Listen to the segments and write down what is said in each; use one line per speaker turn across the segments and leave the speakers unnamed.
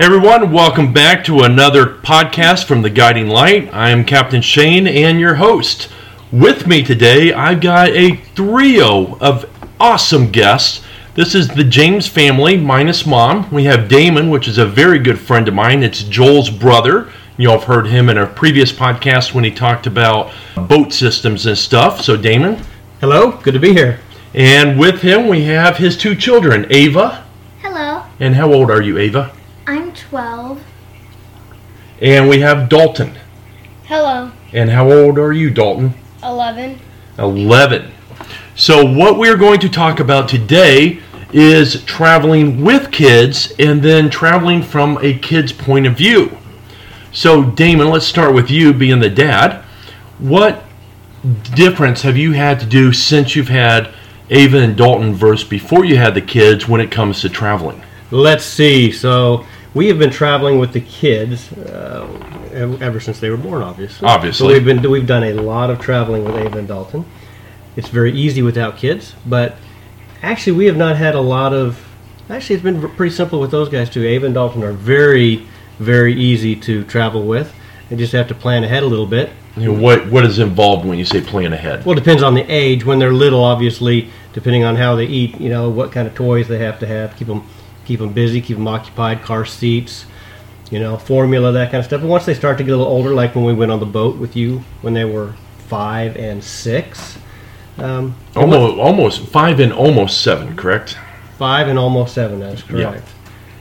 Everyone, welcome back to another podcast from The Guiding Light. I am Captain Shane and your host. With me today, I've got a trio of awesome guests. This is the James family minus mom. We have Damon, which is a very good friend of mine. It's Joel's brother. You all have heard him in a previous podcast when he talked about boat systems and stuff. So, Damon.
Hello, good to be here.
And with him, we have his two children, Ava.
Hello,
And how old are you, Ava?
I'm 12.
And we have Dalton.
Hello,
And how old are you, Dalton?
11.
11. So, what we're going to talk about today is traveling with kids and then traveling from a kid's point of view. So, Damon, let's start with you being the dad. What difference have you had to do since you've had Ava and Dalton versus before you had the kids when it comes to traveling?
Let's see. So, we have been traveling with the kids uh, ev- ever since they were born, obviously.
Obviously.
So, we've been we've done a lot of traveling with Ava and Dalton. It's very easy without kids, but actually, we have not had a lot of. Actually, it's been v- pretty simple with those guys too. Ava and Dalton are very, very easy to travel with. They just have to plan ahead a little bit.
You know, what what is involved when you say plan ahead?
Well, it depends on the age. When they're little, obviously, depending on how they eat, you know, what kind of toys they have to have, keep them, keep them busy, keep them occupied, car seats, you know, formula, that kind of stuff. But once they start to get a little older, like when we went on the boat with you when they were five and six, um,
Almost, almost five and almost seven, correct?
five and almost seven, that's
Yeah.
correct.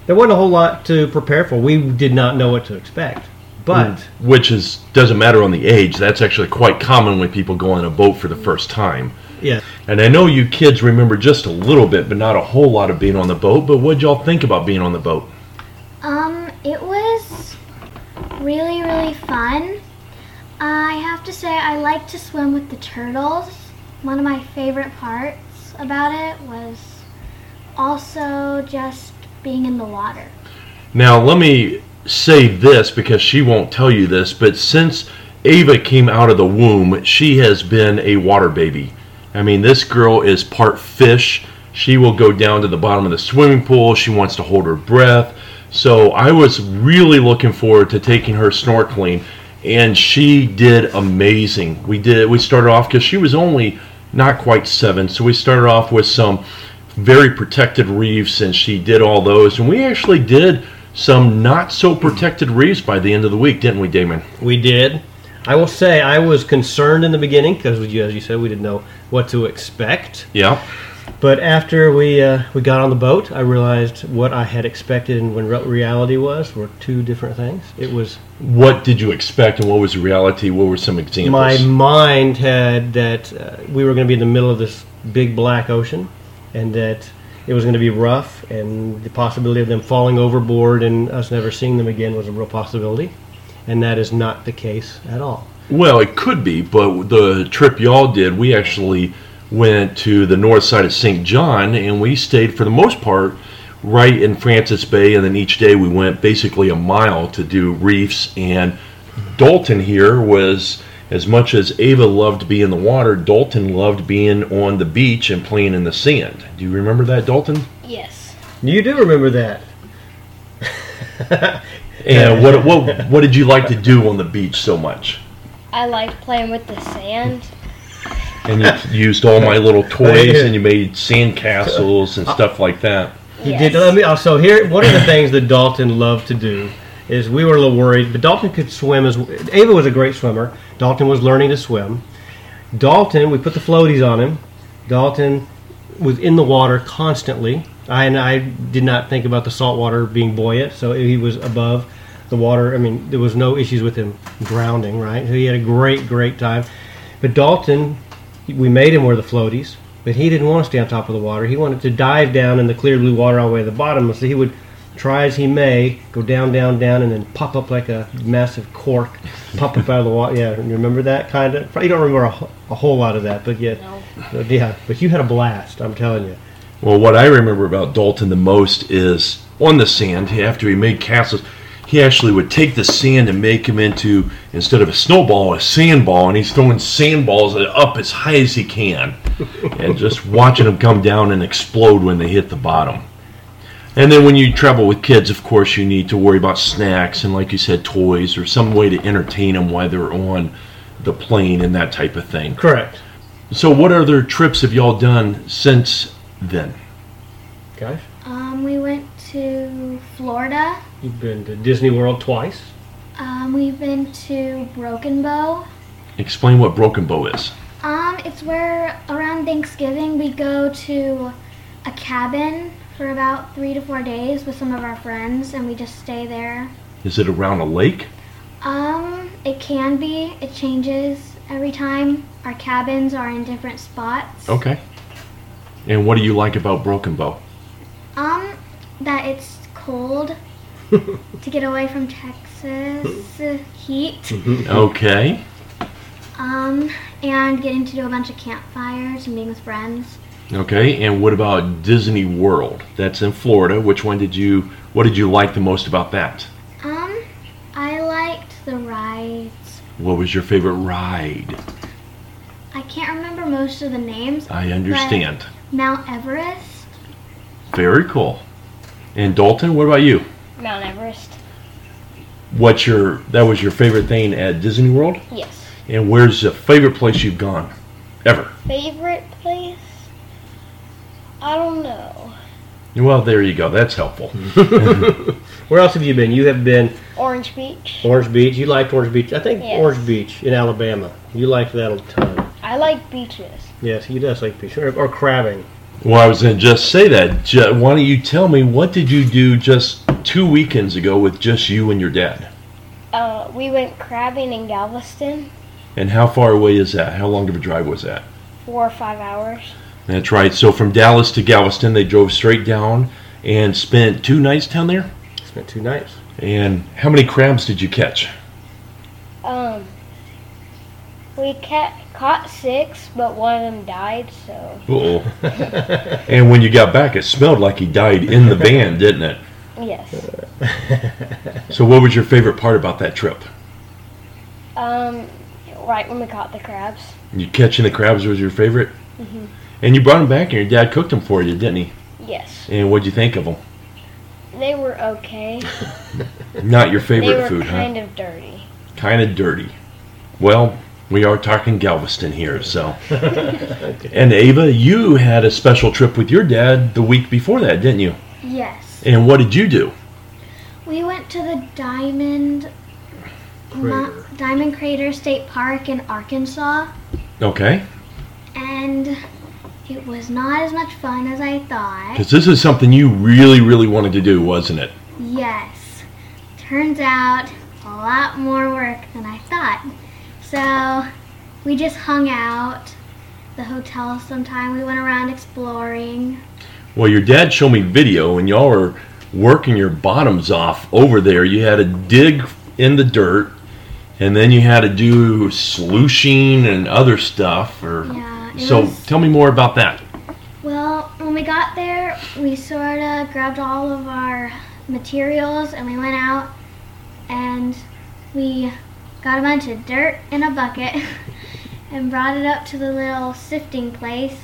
There wasn't a whole lot to prepare for. We did not know what to expect. But
which is doesn't matter on the age. That's actually quite common when people go on a boat for the first time.
yeah,
And I know you kids remember just a little bit, but not a whole lot of being on the boat. But what'd y'all think about being on the boat?
Um, it was really, really fun. I have to say, I like to swim with the turtles. One of my favorite parts about it was also just being in the water.
Now let me say this because she won't tell you this, but since Ava came out of the womb, she has been a water baby. I mean, this girl is part fish. She will go down to the bottom of the swimming pool. She wants to hold her breath. So I was really looking forward to taking her snorkeling, and she did amazing. We did. We started off because she was only not quite seven, so we started off with some very protected reefs, and she did all those. And we actually did some not so protected reefs by the end of the week, didn't we, Damon?
We did. I will say I was concerned in the beginning because, as you said, we didn't know what to expect.
Yeah.
But after we uh, we got on the boat, I realized what I had expected and when re- reality was were two different things. It was
What did you expect, and what was the reality? What were some examples?
my mind had that uh, we were going to be in the middle of this big black ocean, and that it was going to be rough, and the possibility of them falling overboard and us never seeing them again was a real possibility, and that is not the case at all.
Well, it could be, but the trip y'all did, we actually went to the north side of St. John and we stayed for the most part right in Francis Bay. And then each day we went basically a mile to do reefs. And Dalton here was, as much as Ava loved being in the water, Dalton loved being on the beach and playing in the sand. Do you remember that, Dalton?
Yes.
You do remember that.
And what, what, what did you like to do on the beach so much?
I like playing with the sand.
And you used all my little toys and you made sand castles and stuff like that.
He
Yes.
did. um, Let me. uh, So here, one of the things that Dalton loved to do is we were a little worried, but Dalton could swim as Ava was a great swimmer. Dalton was learning to swim. Dalton, we put the floaties on him. Dalton was in the water constantly. I and I did not think about the salt water being buoyant, so he was above the water. I mean, there was no issues with him drowning. Right? He had a great, great time. But Dalton, we made him wear the floaties, but he didn't want to stay on top of the water. He wanted to dive down in the clear blue water all the way to the bottom. So he would try as he may, go down, down, down, and then pop up like a massive cork, pop up out of the water. Yeah, you remember that kind of? You don't remember a, wh- a whole lot of that, but yeah, but yeah. But you had a blast, I'm telling you.
Well, what I remember about Dalton the most is on the sand, after he made castles, he actually would take the sand and make him into, instead of a snowball, a sandball, and he's throwing sandballs up as high as he can and just watching them come down and explode when they hit the bottom. And then when you travel with kids, of course, you need to worry about snacks and, like you said, toys or some way to entertain them while they're on the plane and that type of thing.
Correct.
So, what other trips have y'all done since then?
Guys,
Um, we went to Florida.
you've been to Disney World twice.
Um, we've been to Broken Bow.
Explain what Broken Bow is.
Um, it's where around Thanksgiving we go to a cabin for about three to four days with some of our friends, and we just stay there.
Is it around a lake?
Um, it can be. It changes every time. Our cabins are in different spots.
Okay. And what do you like about Broken Bow?
Um, that it's cold to get away from Texas heat.
Okay.
Um, and getting to do a bunch of campfires and being with friends.
Okay. And what about Disney World? That's in Florida. Which one did you, what did you like the most about that?
Um, I liked the rides.
What was your favorite ride?
I can't remember most of the names.
I understand.
Mount Everest.
Very cool. And Dalton, what about you?
Mount Everest.
What's your, that was your favorite thing at Disney World?
Yes.
And where's the favorite place you've gone? Ever?
Favorite place? I don't know.
Well, there you go. That's helpful.
Where else have you been? You have been
Orange Beach.
Orange Beach. You liked Orange Beach. I think
Yes.
Orange Beach in Alabama. You liked that a ton.
I like beaches.
Yes, he does like beach or, or crabbing.
Well, I was going to just say that. Ju- why don't you tell me what did you do just two weekends ago with just you and your dad?
Uh, we went crabbing in Galveston
And how far away is that? How long of a drive was that?
four or five hours.
That's right. So from Dallas to Galveston, they drove straight down and spent two nights down there.
Spent two nights.
And how many crabs did you catch?
Um, we ca- caught six, but one of them died, so
Uh-oh. and when you got back, it smelled like he died in the van, didn't it?
yes.
So what was your favorite part about that trip?
Um, right when we caught the crabs.
You catching the crabs was your favorite?
Mm-hmm.
And you brought them back and your dad cooked them for you, didn't he?
Yes.
And what'd you think of them?
They were okay.
Not your
They
favorite
were
food, huh?
kind of dirty.
kind of dirty. Well, we are talking Galveston here, so. and Ava, you had a special trip with your dad the week before that, didn't you?
Yes.
And what did you do?
We went to the Diamond Ma-
Crater.
Diamond Crater State Park in Arkansas,
Okay,
and it was not as much fun as I thought.
because this is something you really, really wanted to do, wasn't it?
Yes. Turns out a lot more work than I thought. So we just hung out the hotel sometime. We went around exploring.
Well, your dad showed me video, and y'all were working your bottoms off over there. You had to dig in the dirt, and then you had to do sluicing and other stuff. Or
Yeah, it
so,
was-
tell me more about that.
Well, when we got there, we sort of grabbed all of our materials and we went out and we got a bunch of dirt in a bucket and brought it up to the little sifting place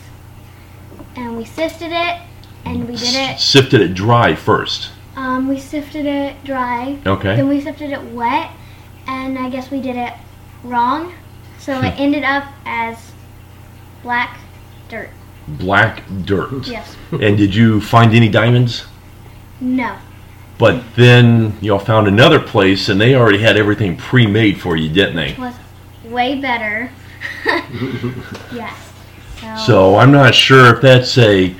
and we sifted it and we did it.
Sifted it dry first.
Um, we sifted it dry,
Okay.
then we sifted it wet, and I guess we did it wrong, so it ended up as black dirt.
black dirt.
Yes.
And did you find any diamonds?
No.
But then y'all found another place and they already had everything pre made for you, didn't they?
was way better. yes. So,
So I'm not sure if that's a.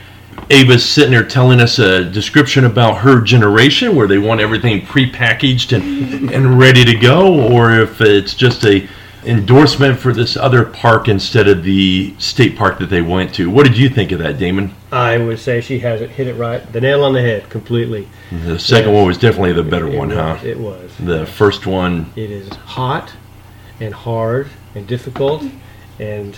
Ava's sitting there telling us a description about her generation where they want everything prepackaged and, and ready to go, or if it's just a endorsement for this other park instead of the state park that they went to. What did you think of that, Damon?
I would say she has it hit it right, the nail on the head, completely.
The second one was definitely the better one,
it
huh?
Was, it was.
The first one,
It is hot and hard and difficult, and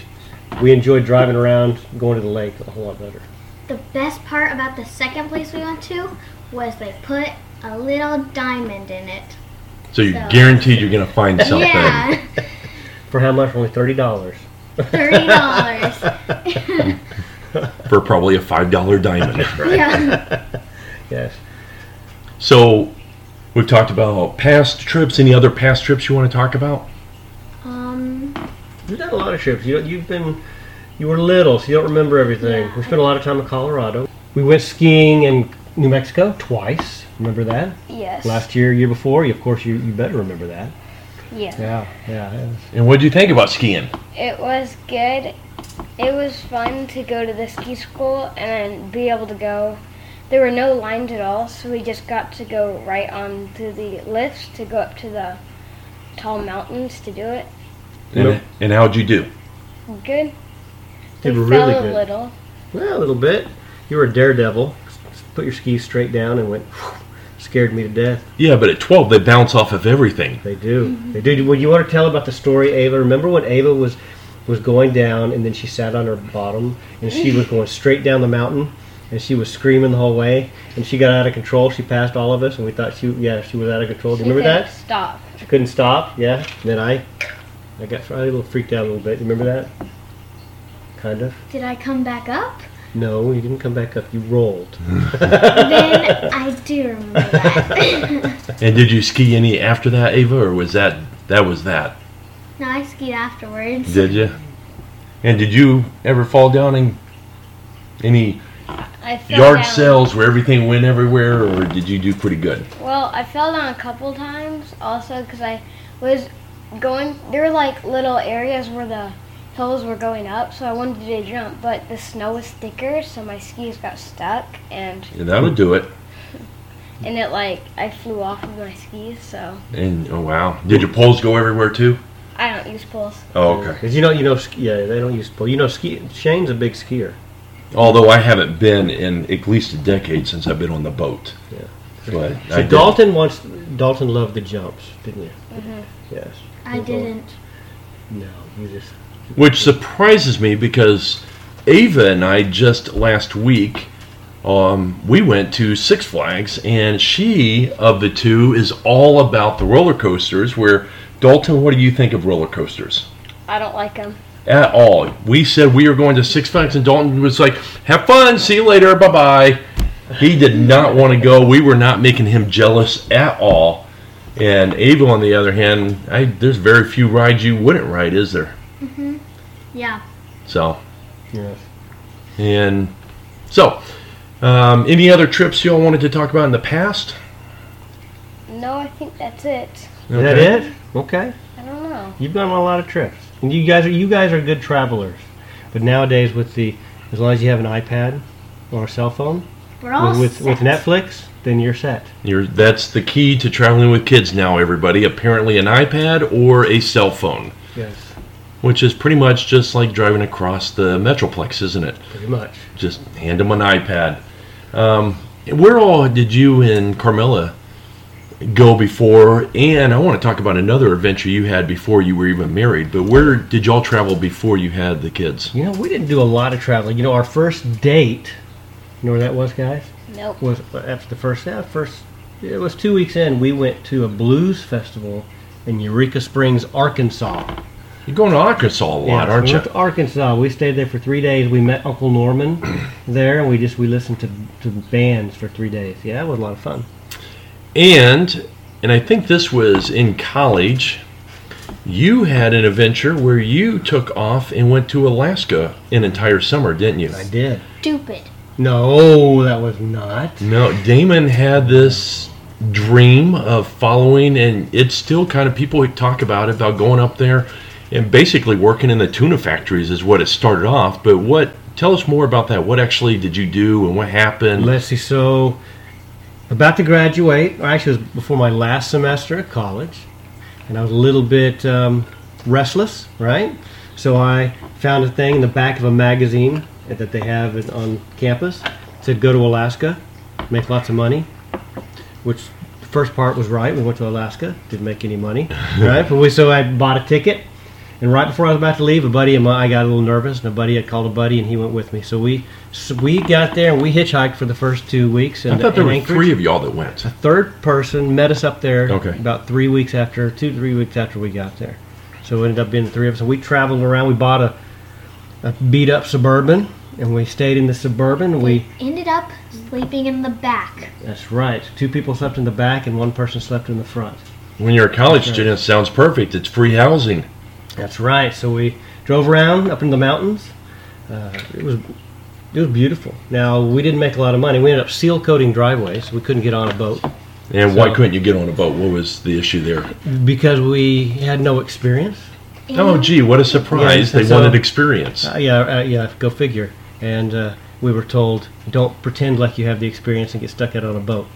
we enjoyed driving around, going to the lake a whole lot better.
the best part about the second place we went to was they put a little diamond in it.
so you're
So-
guaranteed you're going to find something.
Yeah,
For how much? Only thirty dollars.
thirty dollars.
for probably a five dollar diamond.
Yeah,
Yes.
So we've talked about past trips. Any other past trips you want to talk about?
Um,
You've done a lot of trips. You you've been you were little, so you don't remember everything.
Yeah.
We spent a lot of time in Colorado. We went skiing in New Mexico twice. Remember that?
Yes.
Last year, year before. You, of course, you, you better remember that.
Yeah.
Yeah, yeah. it was-
And what did you think about skiing?
It was good. It was fun to go to the ski school and be able to go. There were no lines at all, so we just got to go right on to the lifts to go up to the tall mountains to do it.
And,
Nope.
and how'd you do?
Good.
Did
we
really
fell
good.
a little.
Well, a little bit. You were a daredevil. S- Put your skis straight down and went. Scared me to death.
Yeah, but at 12, they bounce off of everything.
They do. They do. Well, you want to tell about the story, Ava? Remember when Ava was was going down, and then she sat on her bottom, and she was going straight down the mountain, and she was screaming the whole way, and she got out of control. She passed all of us, and we thought she, yeah, she was out of control. Do you remember that?
Stop.
She couldn't stop. Yeah. And then I, I got I a little freaked out a little bit. You remember that? Kind of.
did I come back up?
No, you didn't come back up. You rolled.
then I do remember that.
And did you ski any after that, Ava, or was that that was that?
no, I skied afterwards.
Did you? And did you ever fall down in any
I fell
yard
down.
sales where everything went everywhere, or did you do pretty good?
Well, I fell down a couple times also because I was going. There were like little areas where the hills were going up, so I wanted to jump, but the snow was thicker, so my skis got stuck, and
And that'll do it.
and it like I flew off of my skis. So
And oh wow, did your poles go everywhere too?
I don't use poles.
Oh okay.
Because you know, you know, sk- yeah, they don't use pole. You know, ski. Shane's a big skier.
Although I haven't been in at least a decade since I've been on the boat.
Yeah.
But
So
I did.
Dalton wants. Dalton loved the jumps, didn't you? Yes.
I didn't.
No, you just.
Which surprises me because Ava and I just last week um, we went to Six Flags, and she of the two is all about the roller coasters. Where Dalton, what do you think of roller coasters?
I don't like them.
At all. We said we were going to Six Flags, and Dalton was like, "Have fun, see you later, bye bye." He did not want to go. We were not making him jealous at all. And Ava, on the other hand, I, there's very few rides you wouldn't ride, is there?
Yeah.
So.
Yes.
And so, um, any other trips y'all wanted to talk about in the past?
No, I think that's it.
Is that it? Okay.
I don't know.
You've gone on a lot of trips, and you guys are you guys are good travelers. But nowadays, with the as long as you have an iPad or a cell phone
We're all
with with, with
set.
Netflix, then you're set.
You're, that's the key to traveling with kids now, everybody. Apparently, an iPad or a cell phone,
Yes.
which is pretty much just like driving across the Metroplex, isn't it?
Pretty much.
Just hand them an iPad. Um, where all did you and Carmela go before? And I want to talk about another adventure you had before you were even married, but where did y'all travel before you had the kids?
You know, we didn't do a lot of traveling. You know, our first date. You know where that was, guys?
Nope.
was after the first yeah, first it was two weeks in we went to a blues festival in Eureka Springs, Arkansas.
You're going to Arkansas a lot,
Yeah, so
aren't
we
you?
went to Arkansas. We stayed there for three days. We met Uncle Norman there, and we just we listened to to bands for three days. Yeah, it was a lot of fun.
And and I think this was in college. You had an adventure where you took off and went to Alaska an entire summer, didn't you?
I did.
Stupid.
No, that was not.
No, Damon had this dream of following, and it's still kind of people talk about it about going up there and basically working in the tuna factories is what it started off. But what? Tell us more about that. What actually did you do, and what happened?
Let's see. So, about to graduate, or actually, it was before my last semester at college, and I was a little bit um, restless, right? So I found a thing in the back of a magazine that they have it on campus. It said go to Alaska, make lots of money. Which the first part was right. We went to Alaska, didn't make any money, right? But we so I bought a ticket. And right before I was about to leave, a buddy of mine, I got a little nervous, and a buddy, I called a buddy, and he went with me. So we so we got there and we hitchhiked for the first two weeks. And
I thought there were three
Anchorage.
of y'all that went.
Third person met us up there
Okay.
about three weeks after, two three weeks after we got there. So it ended up being the three of us. And we traveled around. We bought a, a beat up suburban and we stayed in the suburban. We
Ended up sleeping in the back.
that's right. Two people slept in the back, and one person slept in the front.
When you're a college
Sure.
student, it sounds perfect. It's free housing.
That's right. So we drove around up in the mountains. Uh, it was it was beautiful. Now we didn't make a lot of money. We ended up seal coating driveways. We couldn't get on a boat
And why
So-
couldn't you get on a boat? What was the issue there?
because we had no experience.
Oh,
And
gee, what a surprise!
Yeah,
they
so-
wanted experience.
Uh, yeah, uh, yeah. Go figure. And uh, we were told, don't pretend like you have the experience and get stuck out on a boat.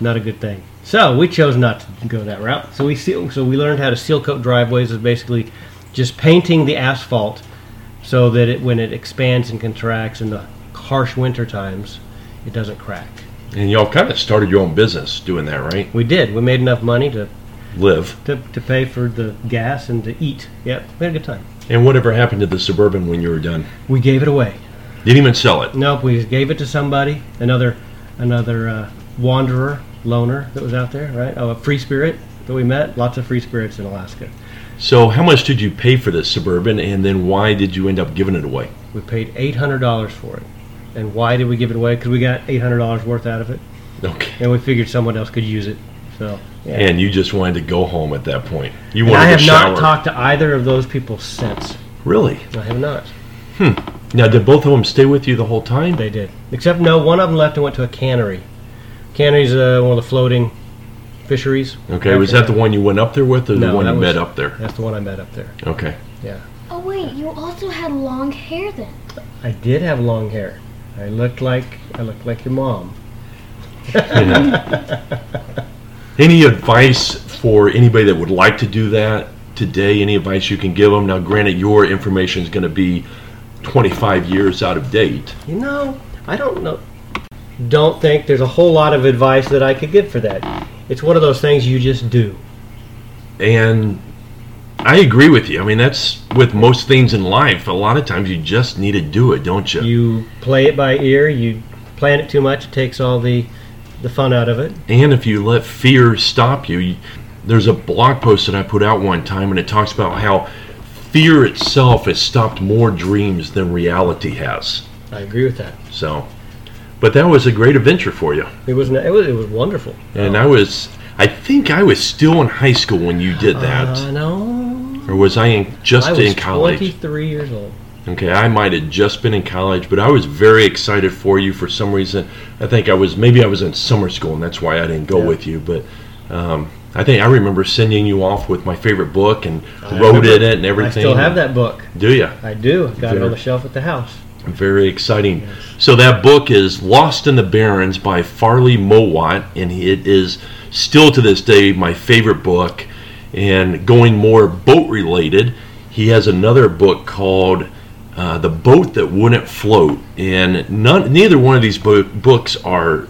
Not a good thing. So we chose not to go that route. So we seal, so we learned how to seal coat driveways is basically just painting the asphalt so that it when it expands and contracts in the harsh winter times, it doesn't crack.
And y'all kind of started your own business doing that, right?
We did. We made enough money to,
Live.
to, to pay for the gas and to eat. Yep, we had a good time.
And whatever happened to the suburban when you were done?
We gave it away.
Didn't even sell it.
Nope, we gave it to somebody, another, another uh, wanderer, loner that was out there, right? Oh, a free spirit that we met. Lots of free spirits in Alaska.
So, how much did you pay for this suburban, and then why did you end up giving it away?
We paid eight hundred dollars for it. And why did we give it away? Because we got eight hundred dollars worth out of it,
Okay.
and we figured someone else could use it. So. Yeah.
And you just wanted to go home at that point. You
And
wanted
I have
to shower.
not talked to either of those people since.
really?
I have not.
Now, did both of them stay with you the whole time?
They did. Except no, one of them left and went to a cannery. Cannery's uh, one of the floating fisheries.
Okay. Was that the one you went up there with, or the
No,
one
that
you
was-
met up there?
That's the one I met up there.
Okay.
Oh wait, you also had long hair then.
I did have long hair. I looked like I looked like your mom.
Any advice for anybody that would like to do that today? Any advice you can give them? Now, granted, your information is going to be 25 years out of date.
You know, I don't know. Don't think there's a whole lot of advice that I could give for that. It's one of those things you just do.
And I agree with you. I mean, that's with most things in life. A lot of times you just need to do it, don't you?
You play it by ear. You plan it too much. It takes all the the fun out of it.
And if you let fear stop you, you- there's a blog post that I put out one time, and it talks about how fear itself has stopped more dreams than reality has.
I agree with that.
So, but that was a great adventure for you.
It was it was, it was wonderful.
And I was, I think I was still in high school when you did that,
Uh, no.
or was I in, just
I was
in college?
23 years old.
Okay, I might have just been in college, but I was very excited for you for some reason. I think I was maybe I was in summer school, and that's why I didn't go
Yeah.
with you. But um, I think I remember sending you off with my favorite book and
I
wrote
remember.
in it and everything.
I still have that book.
Do you?
I do. I've got it
There.
on the shelf at the house.
Very exciting. So that book is Lost in the Barrens by Farley Mowat, and it is still to this day my favorite book. And going more boat related, he has another book called uh, The Boat That Wouldn't Float. And none, neither one of these bo- books are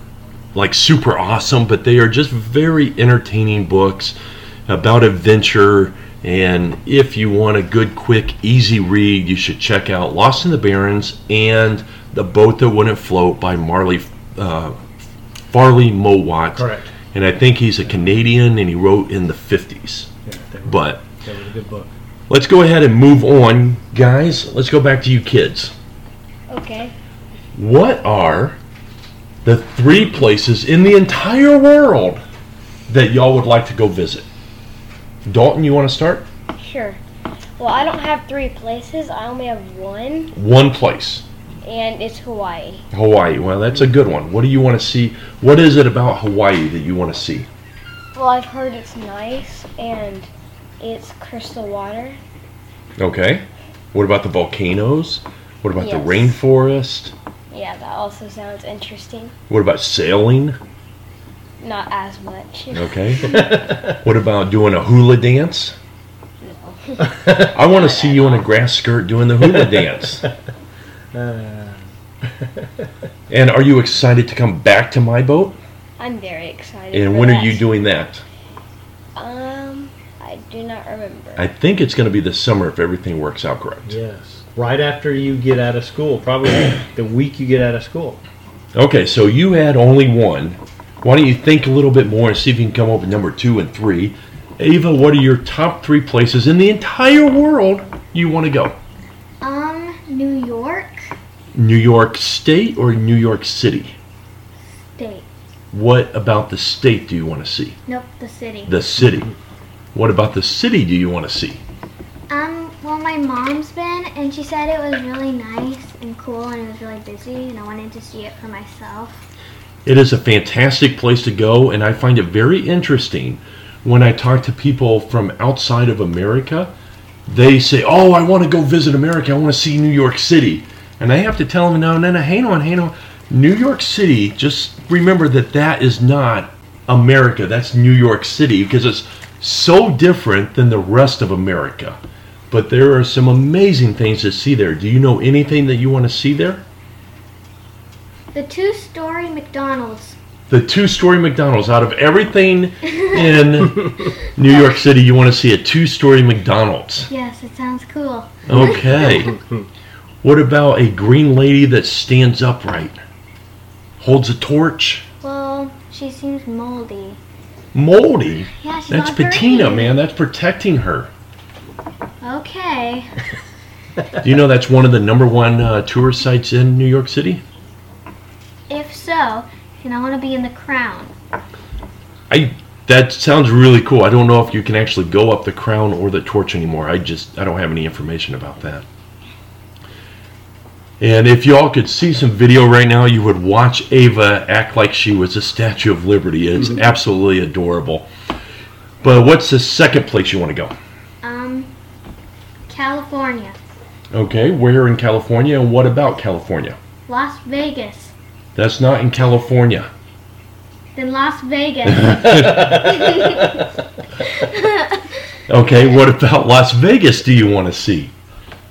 like super awesome, but they are just very entertaining books about adventure. And if you want a good, quick, easy read, you should check out Lost in the Barrens and The Boat That Wouldn't Float by Marley uh, Farley Mowat.
Correct.
And I think he's a Canadian and he wrote in the 50s.
Yeah, that was,
But
that was a good book.
let's go ahead and move on, guys. Let's go back to you kids.
Okay.
What are the three places in the entire world that y'all would like to go visit? Dalton, you want to start?
Sure. Well, I don't have three places. I only have one,
One place,
and it's Hawaii.
Hawaii. Well, that's a good one. What do you want to see? What is it about Hawaii that you want to see?
Well, I've heard it's nice and it's crystal water.
Okay. What about the volcanoes? What about the
Yes.
rainforest?
Yeah, that also sounds interesting.
What about sailing?
Not as much.
Okay. what about doing a hula dance?
No.
I want to see you in a grass skirt doing the hula dance.
Uh,
And are you excited to come back to my boat?
I'm very excited.
And
for
when are
that.
you doing that?
Um, I do not remember.
I think it's going to be this summer if everything works out correct.
yes. Right after you get out of school, probably the week you get out of school.
Okay, so you had only one. Why don't you think a little bit more and see if you can come up with number two and three? Ava, what are your top three places in the entire world you want to go?
Um, New York,
New York State or New York City?
State.
What about the state do you want to see?
Nope, the city.
The city. What about the city do you want to see?
Um, well, my mom's been, and she said it was really nice and cool, and it was really busy, and I wanted to see it for myself.
It is a fantastic place to go, and I find it very interesting when I talk to people from outside of America. They say, Oh, I want to go visit America. I want to see New York City. And I have to tell them, No, no, no, hang on, hang on. New York City, just remember that that is not America. That's New York City because it's so different than the rest of America. But there are some amazing things to see there. Do you know anything that you want to see there?
The two story McDonald's.
the two-story McDonald's. Out of everything in New York City, you want to see a two-story McDonald's.
Yes, it sounds cool.
Okay. what about a green lady that stands upright, holds a torch?
Well, she seems moldy.
Moldy.
Yeah, she's
That's
not very-
patina, man. That's protecting her.
Okay.
Do you know that's one of the number one uh, tourist sites in New York City?
If so, then I want to be in the crown.
I. That sounds really cool. I don't know if you can actually go up the crown or the torch anymore. I just I don't have any information about that. And if y'all could see some video right now, you would watch Ava act like she was a Statue of Liberty. It's absolutely adorable. But what's the second place you want to go?
Um, California,
Okay, where in California and what about California?
Las Vegas,
That's not in California.
then Las Vegas.
Okay, what about Las Vegas do you want to see?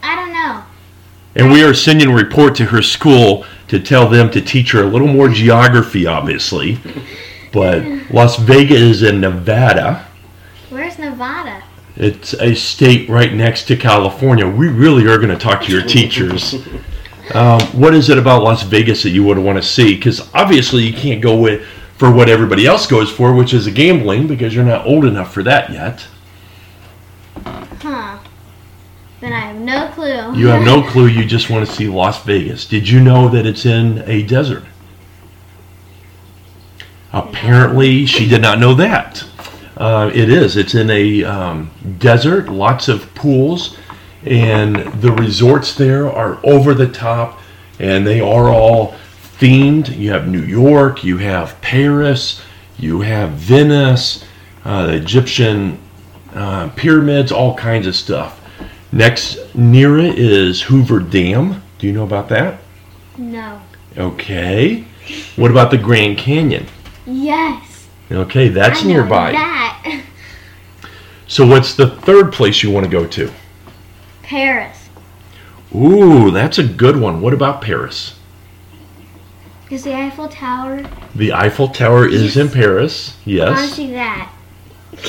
I don't know.
And we are sending a report to her school to tell them to teach her a little more geography, obviously. But Las Vegas is in Nevada.
Where's Nevada?
It's a state right next to California. We really are going to talk to your teachers. Um, what is it about Las Vegas that you would want to see? Because obviously you can't go with for what everybody else goes for, which is gambling, because you're not old enough for that yet.
Huh. Then I have no clue.
You have no clue. You just want to see Las Vegas. Did you know that it's in a desert? Apparently, she did not know that. Uh, it is. It's in a um, desert, lots of pools, and the resorts there are over the top, and they are all themed. You have New York, you have Paris, you have Venice, uh, the Egyptian uh, pyramids, all kinds of stuff. Next near it is Hoover Dam. Do you know about that?
No.
Okay. What about the Grand Canyon?
Yes.
Okay, that's
I know
nearby.
That.
So what's the third place you want to go to?
Paris.
Ooh, that's a good one. What about Paris?
Is the Eiffel Tower?
The Eiffel Tower is in Paris.
I want to
Yes.
see that.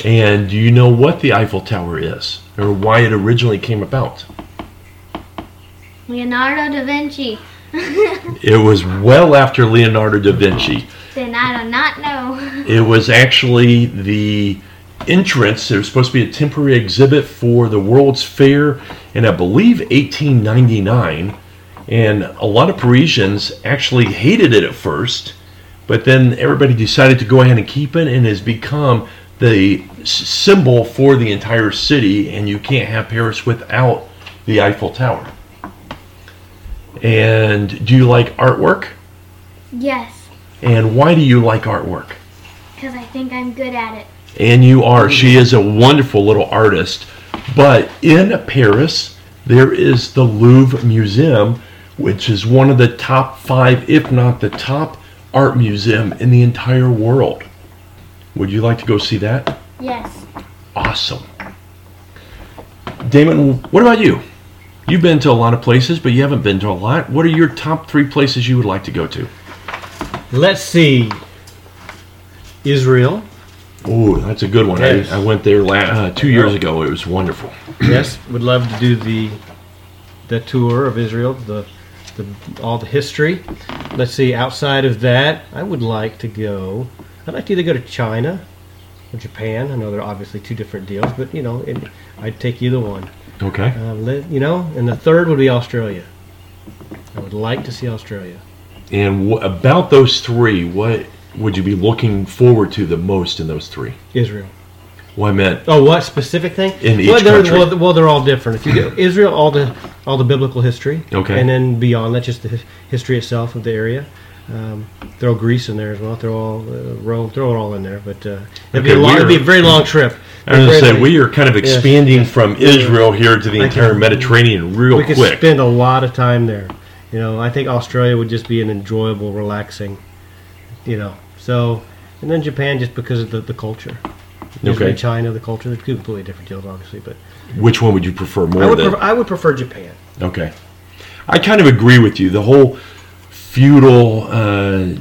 And do you know what the Eiffel Tower is or why it originally came about?
Leonardo da Vinci.
It was well after Leonardo da Vinci.
then I do not know.
It was actually the entrance. There was supposed to be a temporary exhibit for the World's Fair in, I believe, 1899. And a lot of Parisians actually hated it at first, but then everybody decided to go ahead and keep it and has become the s- symbol for the entire city. And you can't have Paris without the Eiffel Tower. And do you like artwork?
Yes,
And why do you like artwork?
because I think I'm good at it.
And you are. She is a wonderful little artist. But in Paris, there is the Louvre Museum, which is one of the top five, if not the top, art museum in the entire world. Would you like to go see that?
Yes.
Awesome. Damon, what about you? You've been to a lot of places, but you haven't been to a lot. What are your top three places you would like to go to?
Let's see. Israel.
Oh, that's a good one.
Yes.
I, I went there la- uh, two years ago. It was wonderful.
yes, would love to do the the tour of Israel, the, the all the history. Let's see. Outside of that, I would like to go. I'd like to either go to China or Japan. I know they're obviously two different deals, but you know, it, I'd take either one.
Okay.
Uh, let, you know, and the third would be Australia. I would like to see Australia.
And wh- about those three, what would you be looking forward to the most in those three?
Israel.
Well, I meant
Oh, what specific thing?
In each
well, they're,
country.
Well, well, they're all different. If you go Israel, all the all the biblical history,
Okay.
and then beyond that, just the his- history itself of the area. Um, throw Greece in there as well. Throw all uh, Rome. Throw it all in there. But uh, it'd,
Okay,
be a long,
we
it'd be a
are-
very long trip.
I was going to
Very
say
long.
we are kind of expanding from Israel here to the
Like,
entire Mediterranean real
we could
quick.
spend a lot of time there. You know, I think Australia would just be an enjoyable, relaxing. You know, so and then Japan just because of the, the culture. Usually
Okay.
China, the culture, they're completely different deals, obviously. But
Which one would you prefer more
I would,
than?
prefer, I would prefer Japan.
okay, I kind of agree with you. The whole feudal uh,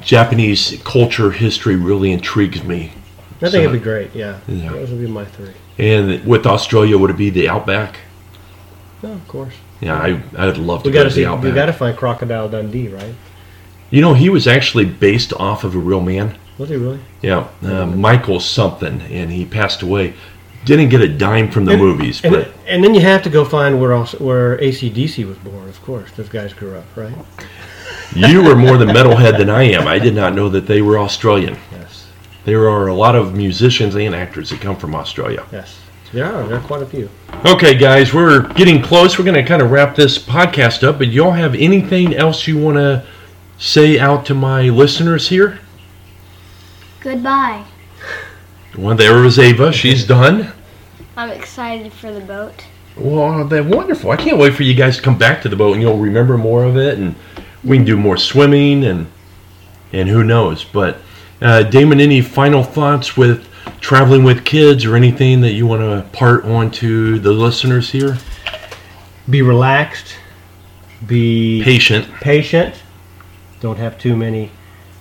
Japanese culture history really intrigues me.
I think
So-
it'd be great. Yeah.
Yeah.
those would be my three.
And with Australia, would it be the outback?
No, of course.
Yeah, I I'd love to
We
go
got to
to
see.
the
We
outback.
got to find Crocodile Dundee, right?
you know, he was actually based off of a real man.
Was he really?
Yeah, uh, Michael something, and he passed away. Didn't get a dime from the
And-
movies,
And,
but
and then you have to go find where also, where ACDC was born. Of course, those guys grew up, right?
you were more the metalhead than I am. I did not know that they were Australian.
Yes.
There are a lot of musicians and actors that come from Australia.
Yes. There are. There are quite a few.
Okay, guys, we're getting close. We're going to kind of wrap this podcast up, but y'all have anything else you want to say out to my listeners here?
Goodbye.
Well, there was Ava. She's done.
I'm excited for the boat.
Well, they're wonderful. I can't wait for you guys to come back to the boat and you'll remember more of it, and we can do more swimming and and who knows. But uh, Damon, any final thoughts with traveling with kids or anything that you want to part on to the listeners here?
Be relaxed. Be
Patient.
patient. Don't have too many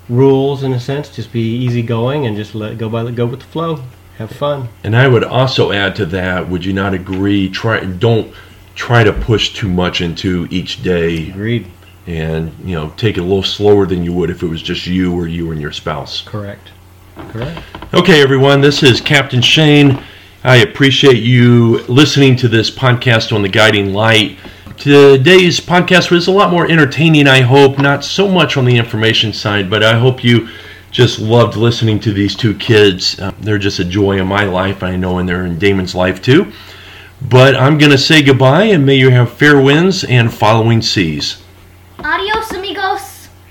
rules in a sense. Just be easygoing and just let go by go with the flow. Have fun.
And I would also add to that: Would you not agree? Try don't try to push too much into each day,
Agreed.
and you know take it a little slower than you would if it was just you or you and your spouse.
Correct. Correct.
Okay, everyone, this is Captain Shane. I appreciate you listening to this podcast on the Guiding Light. Today's podcast was a lot more entertaining, I hope, not so much on the information side, but I hope you just loved listening to these two kids. Uh, they're just a joy in my life, I know, and they're in Damon's life too. But I'm going to say goodbye, and may you have fair winds and following seas.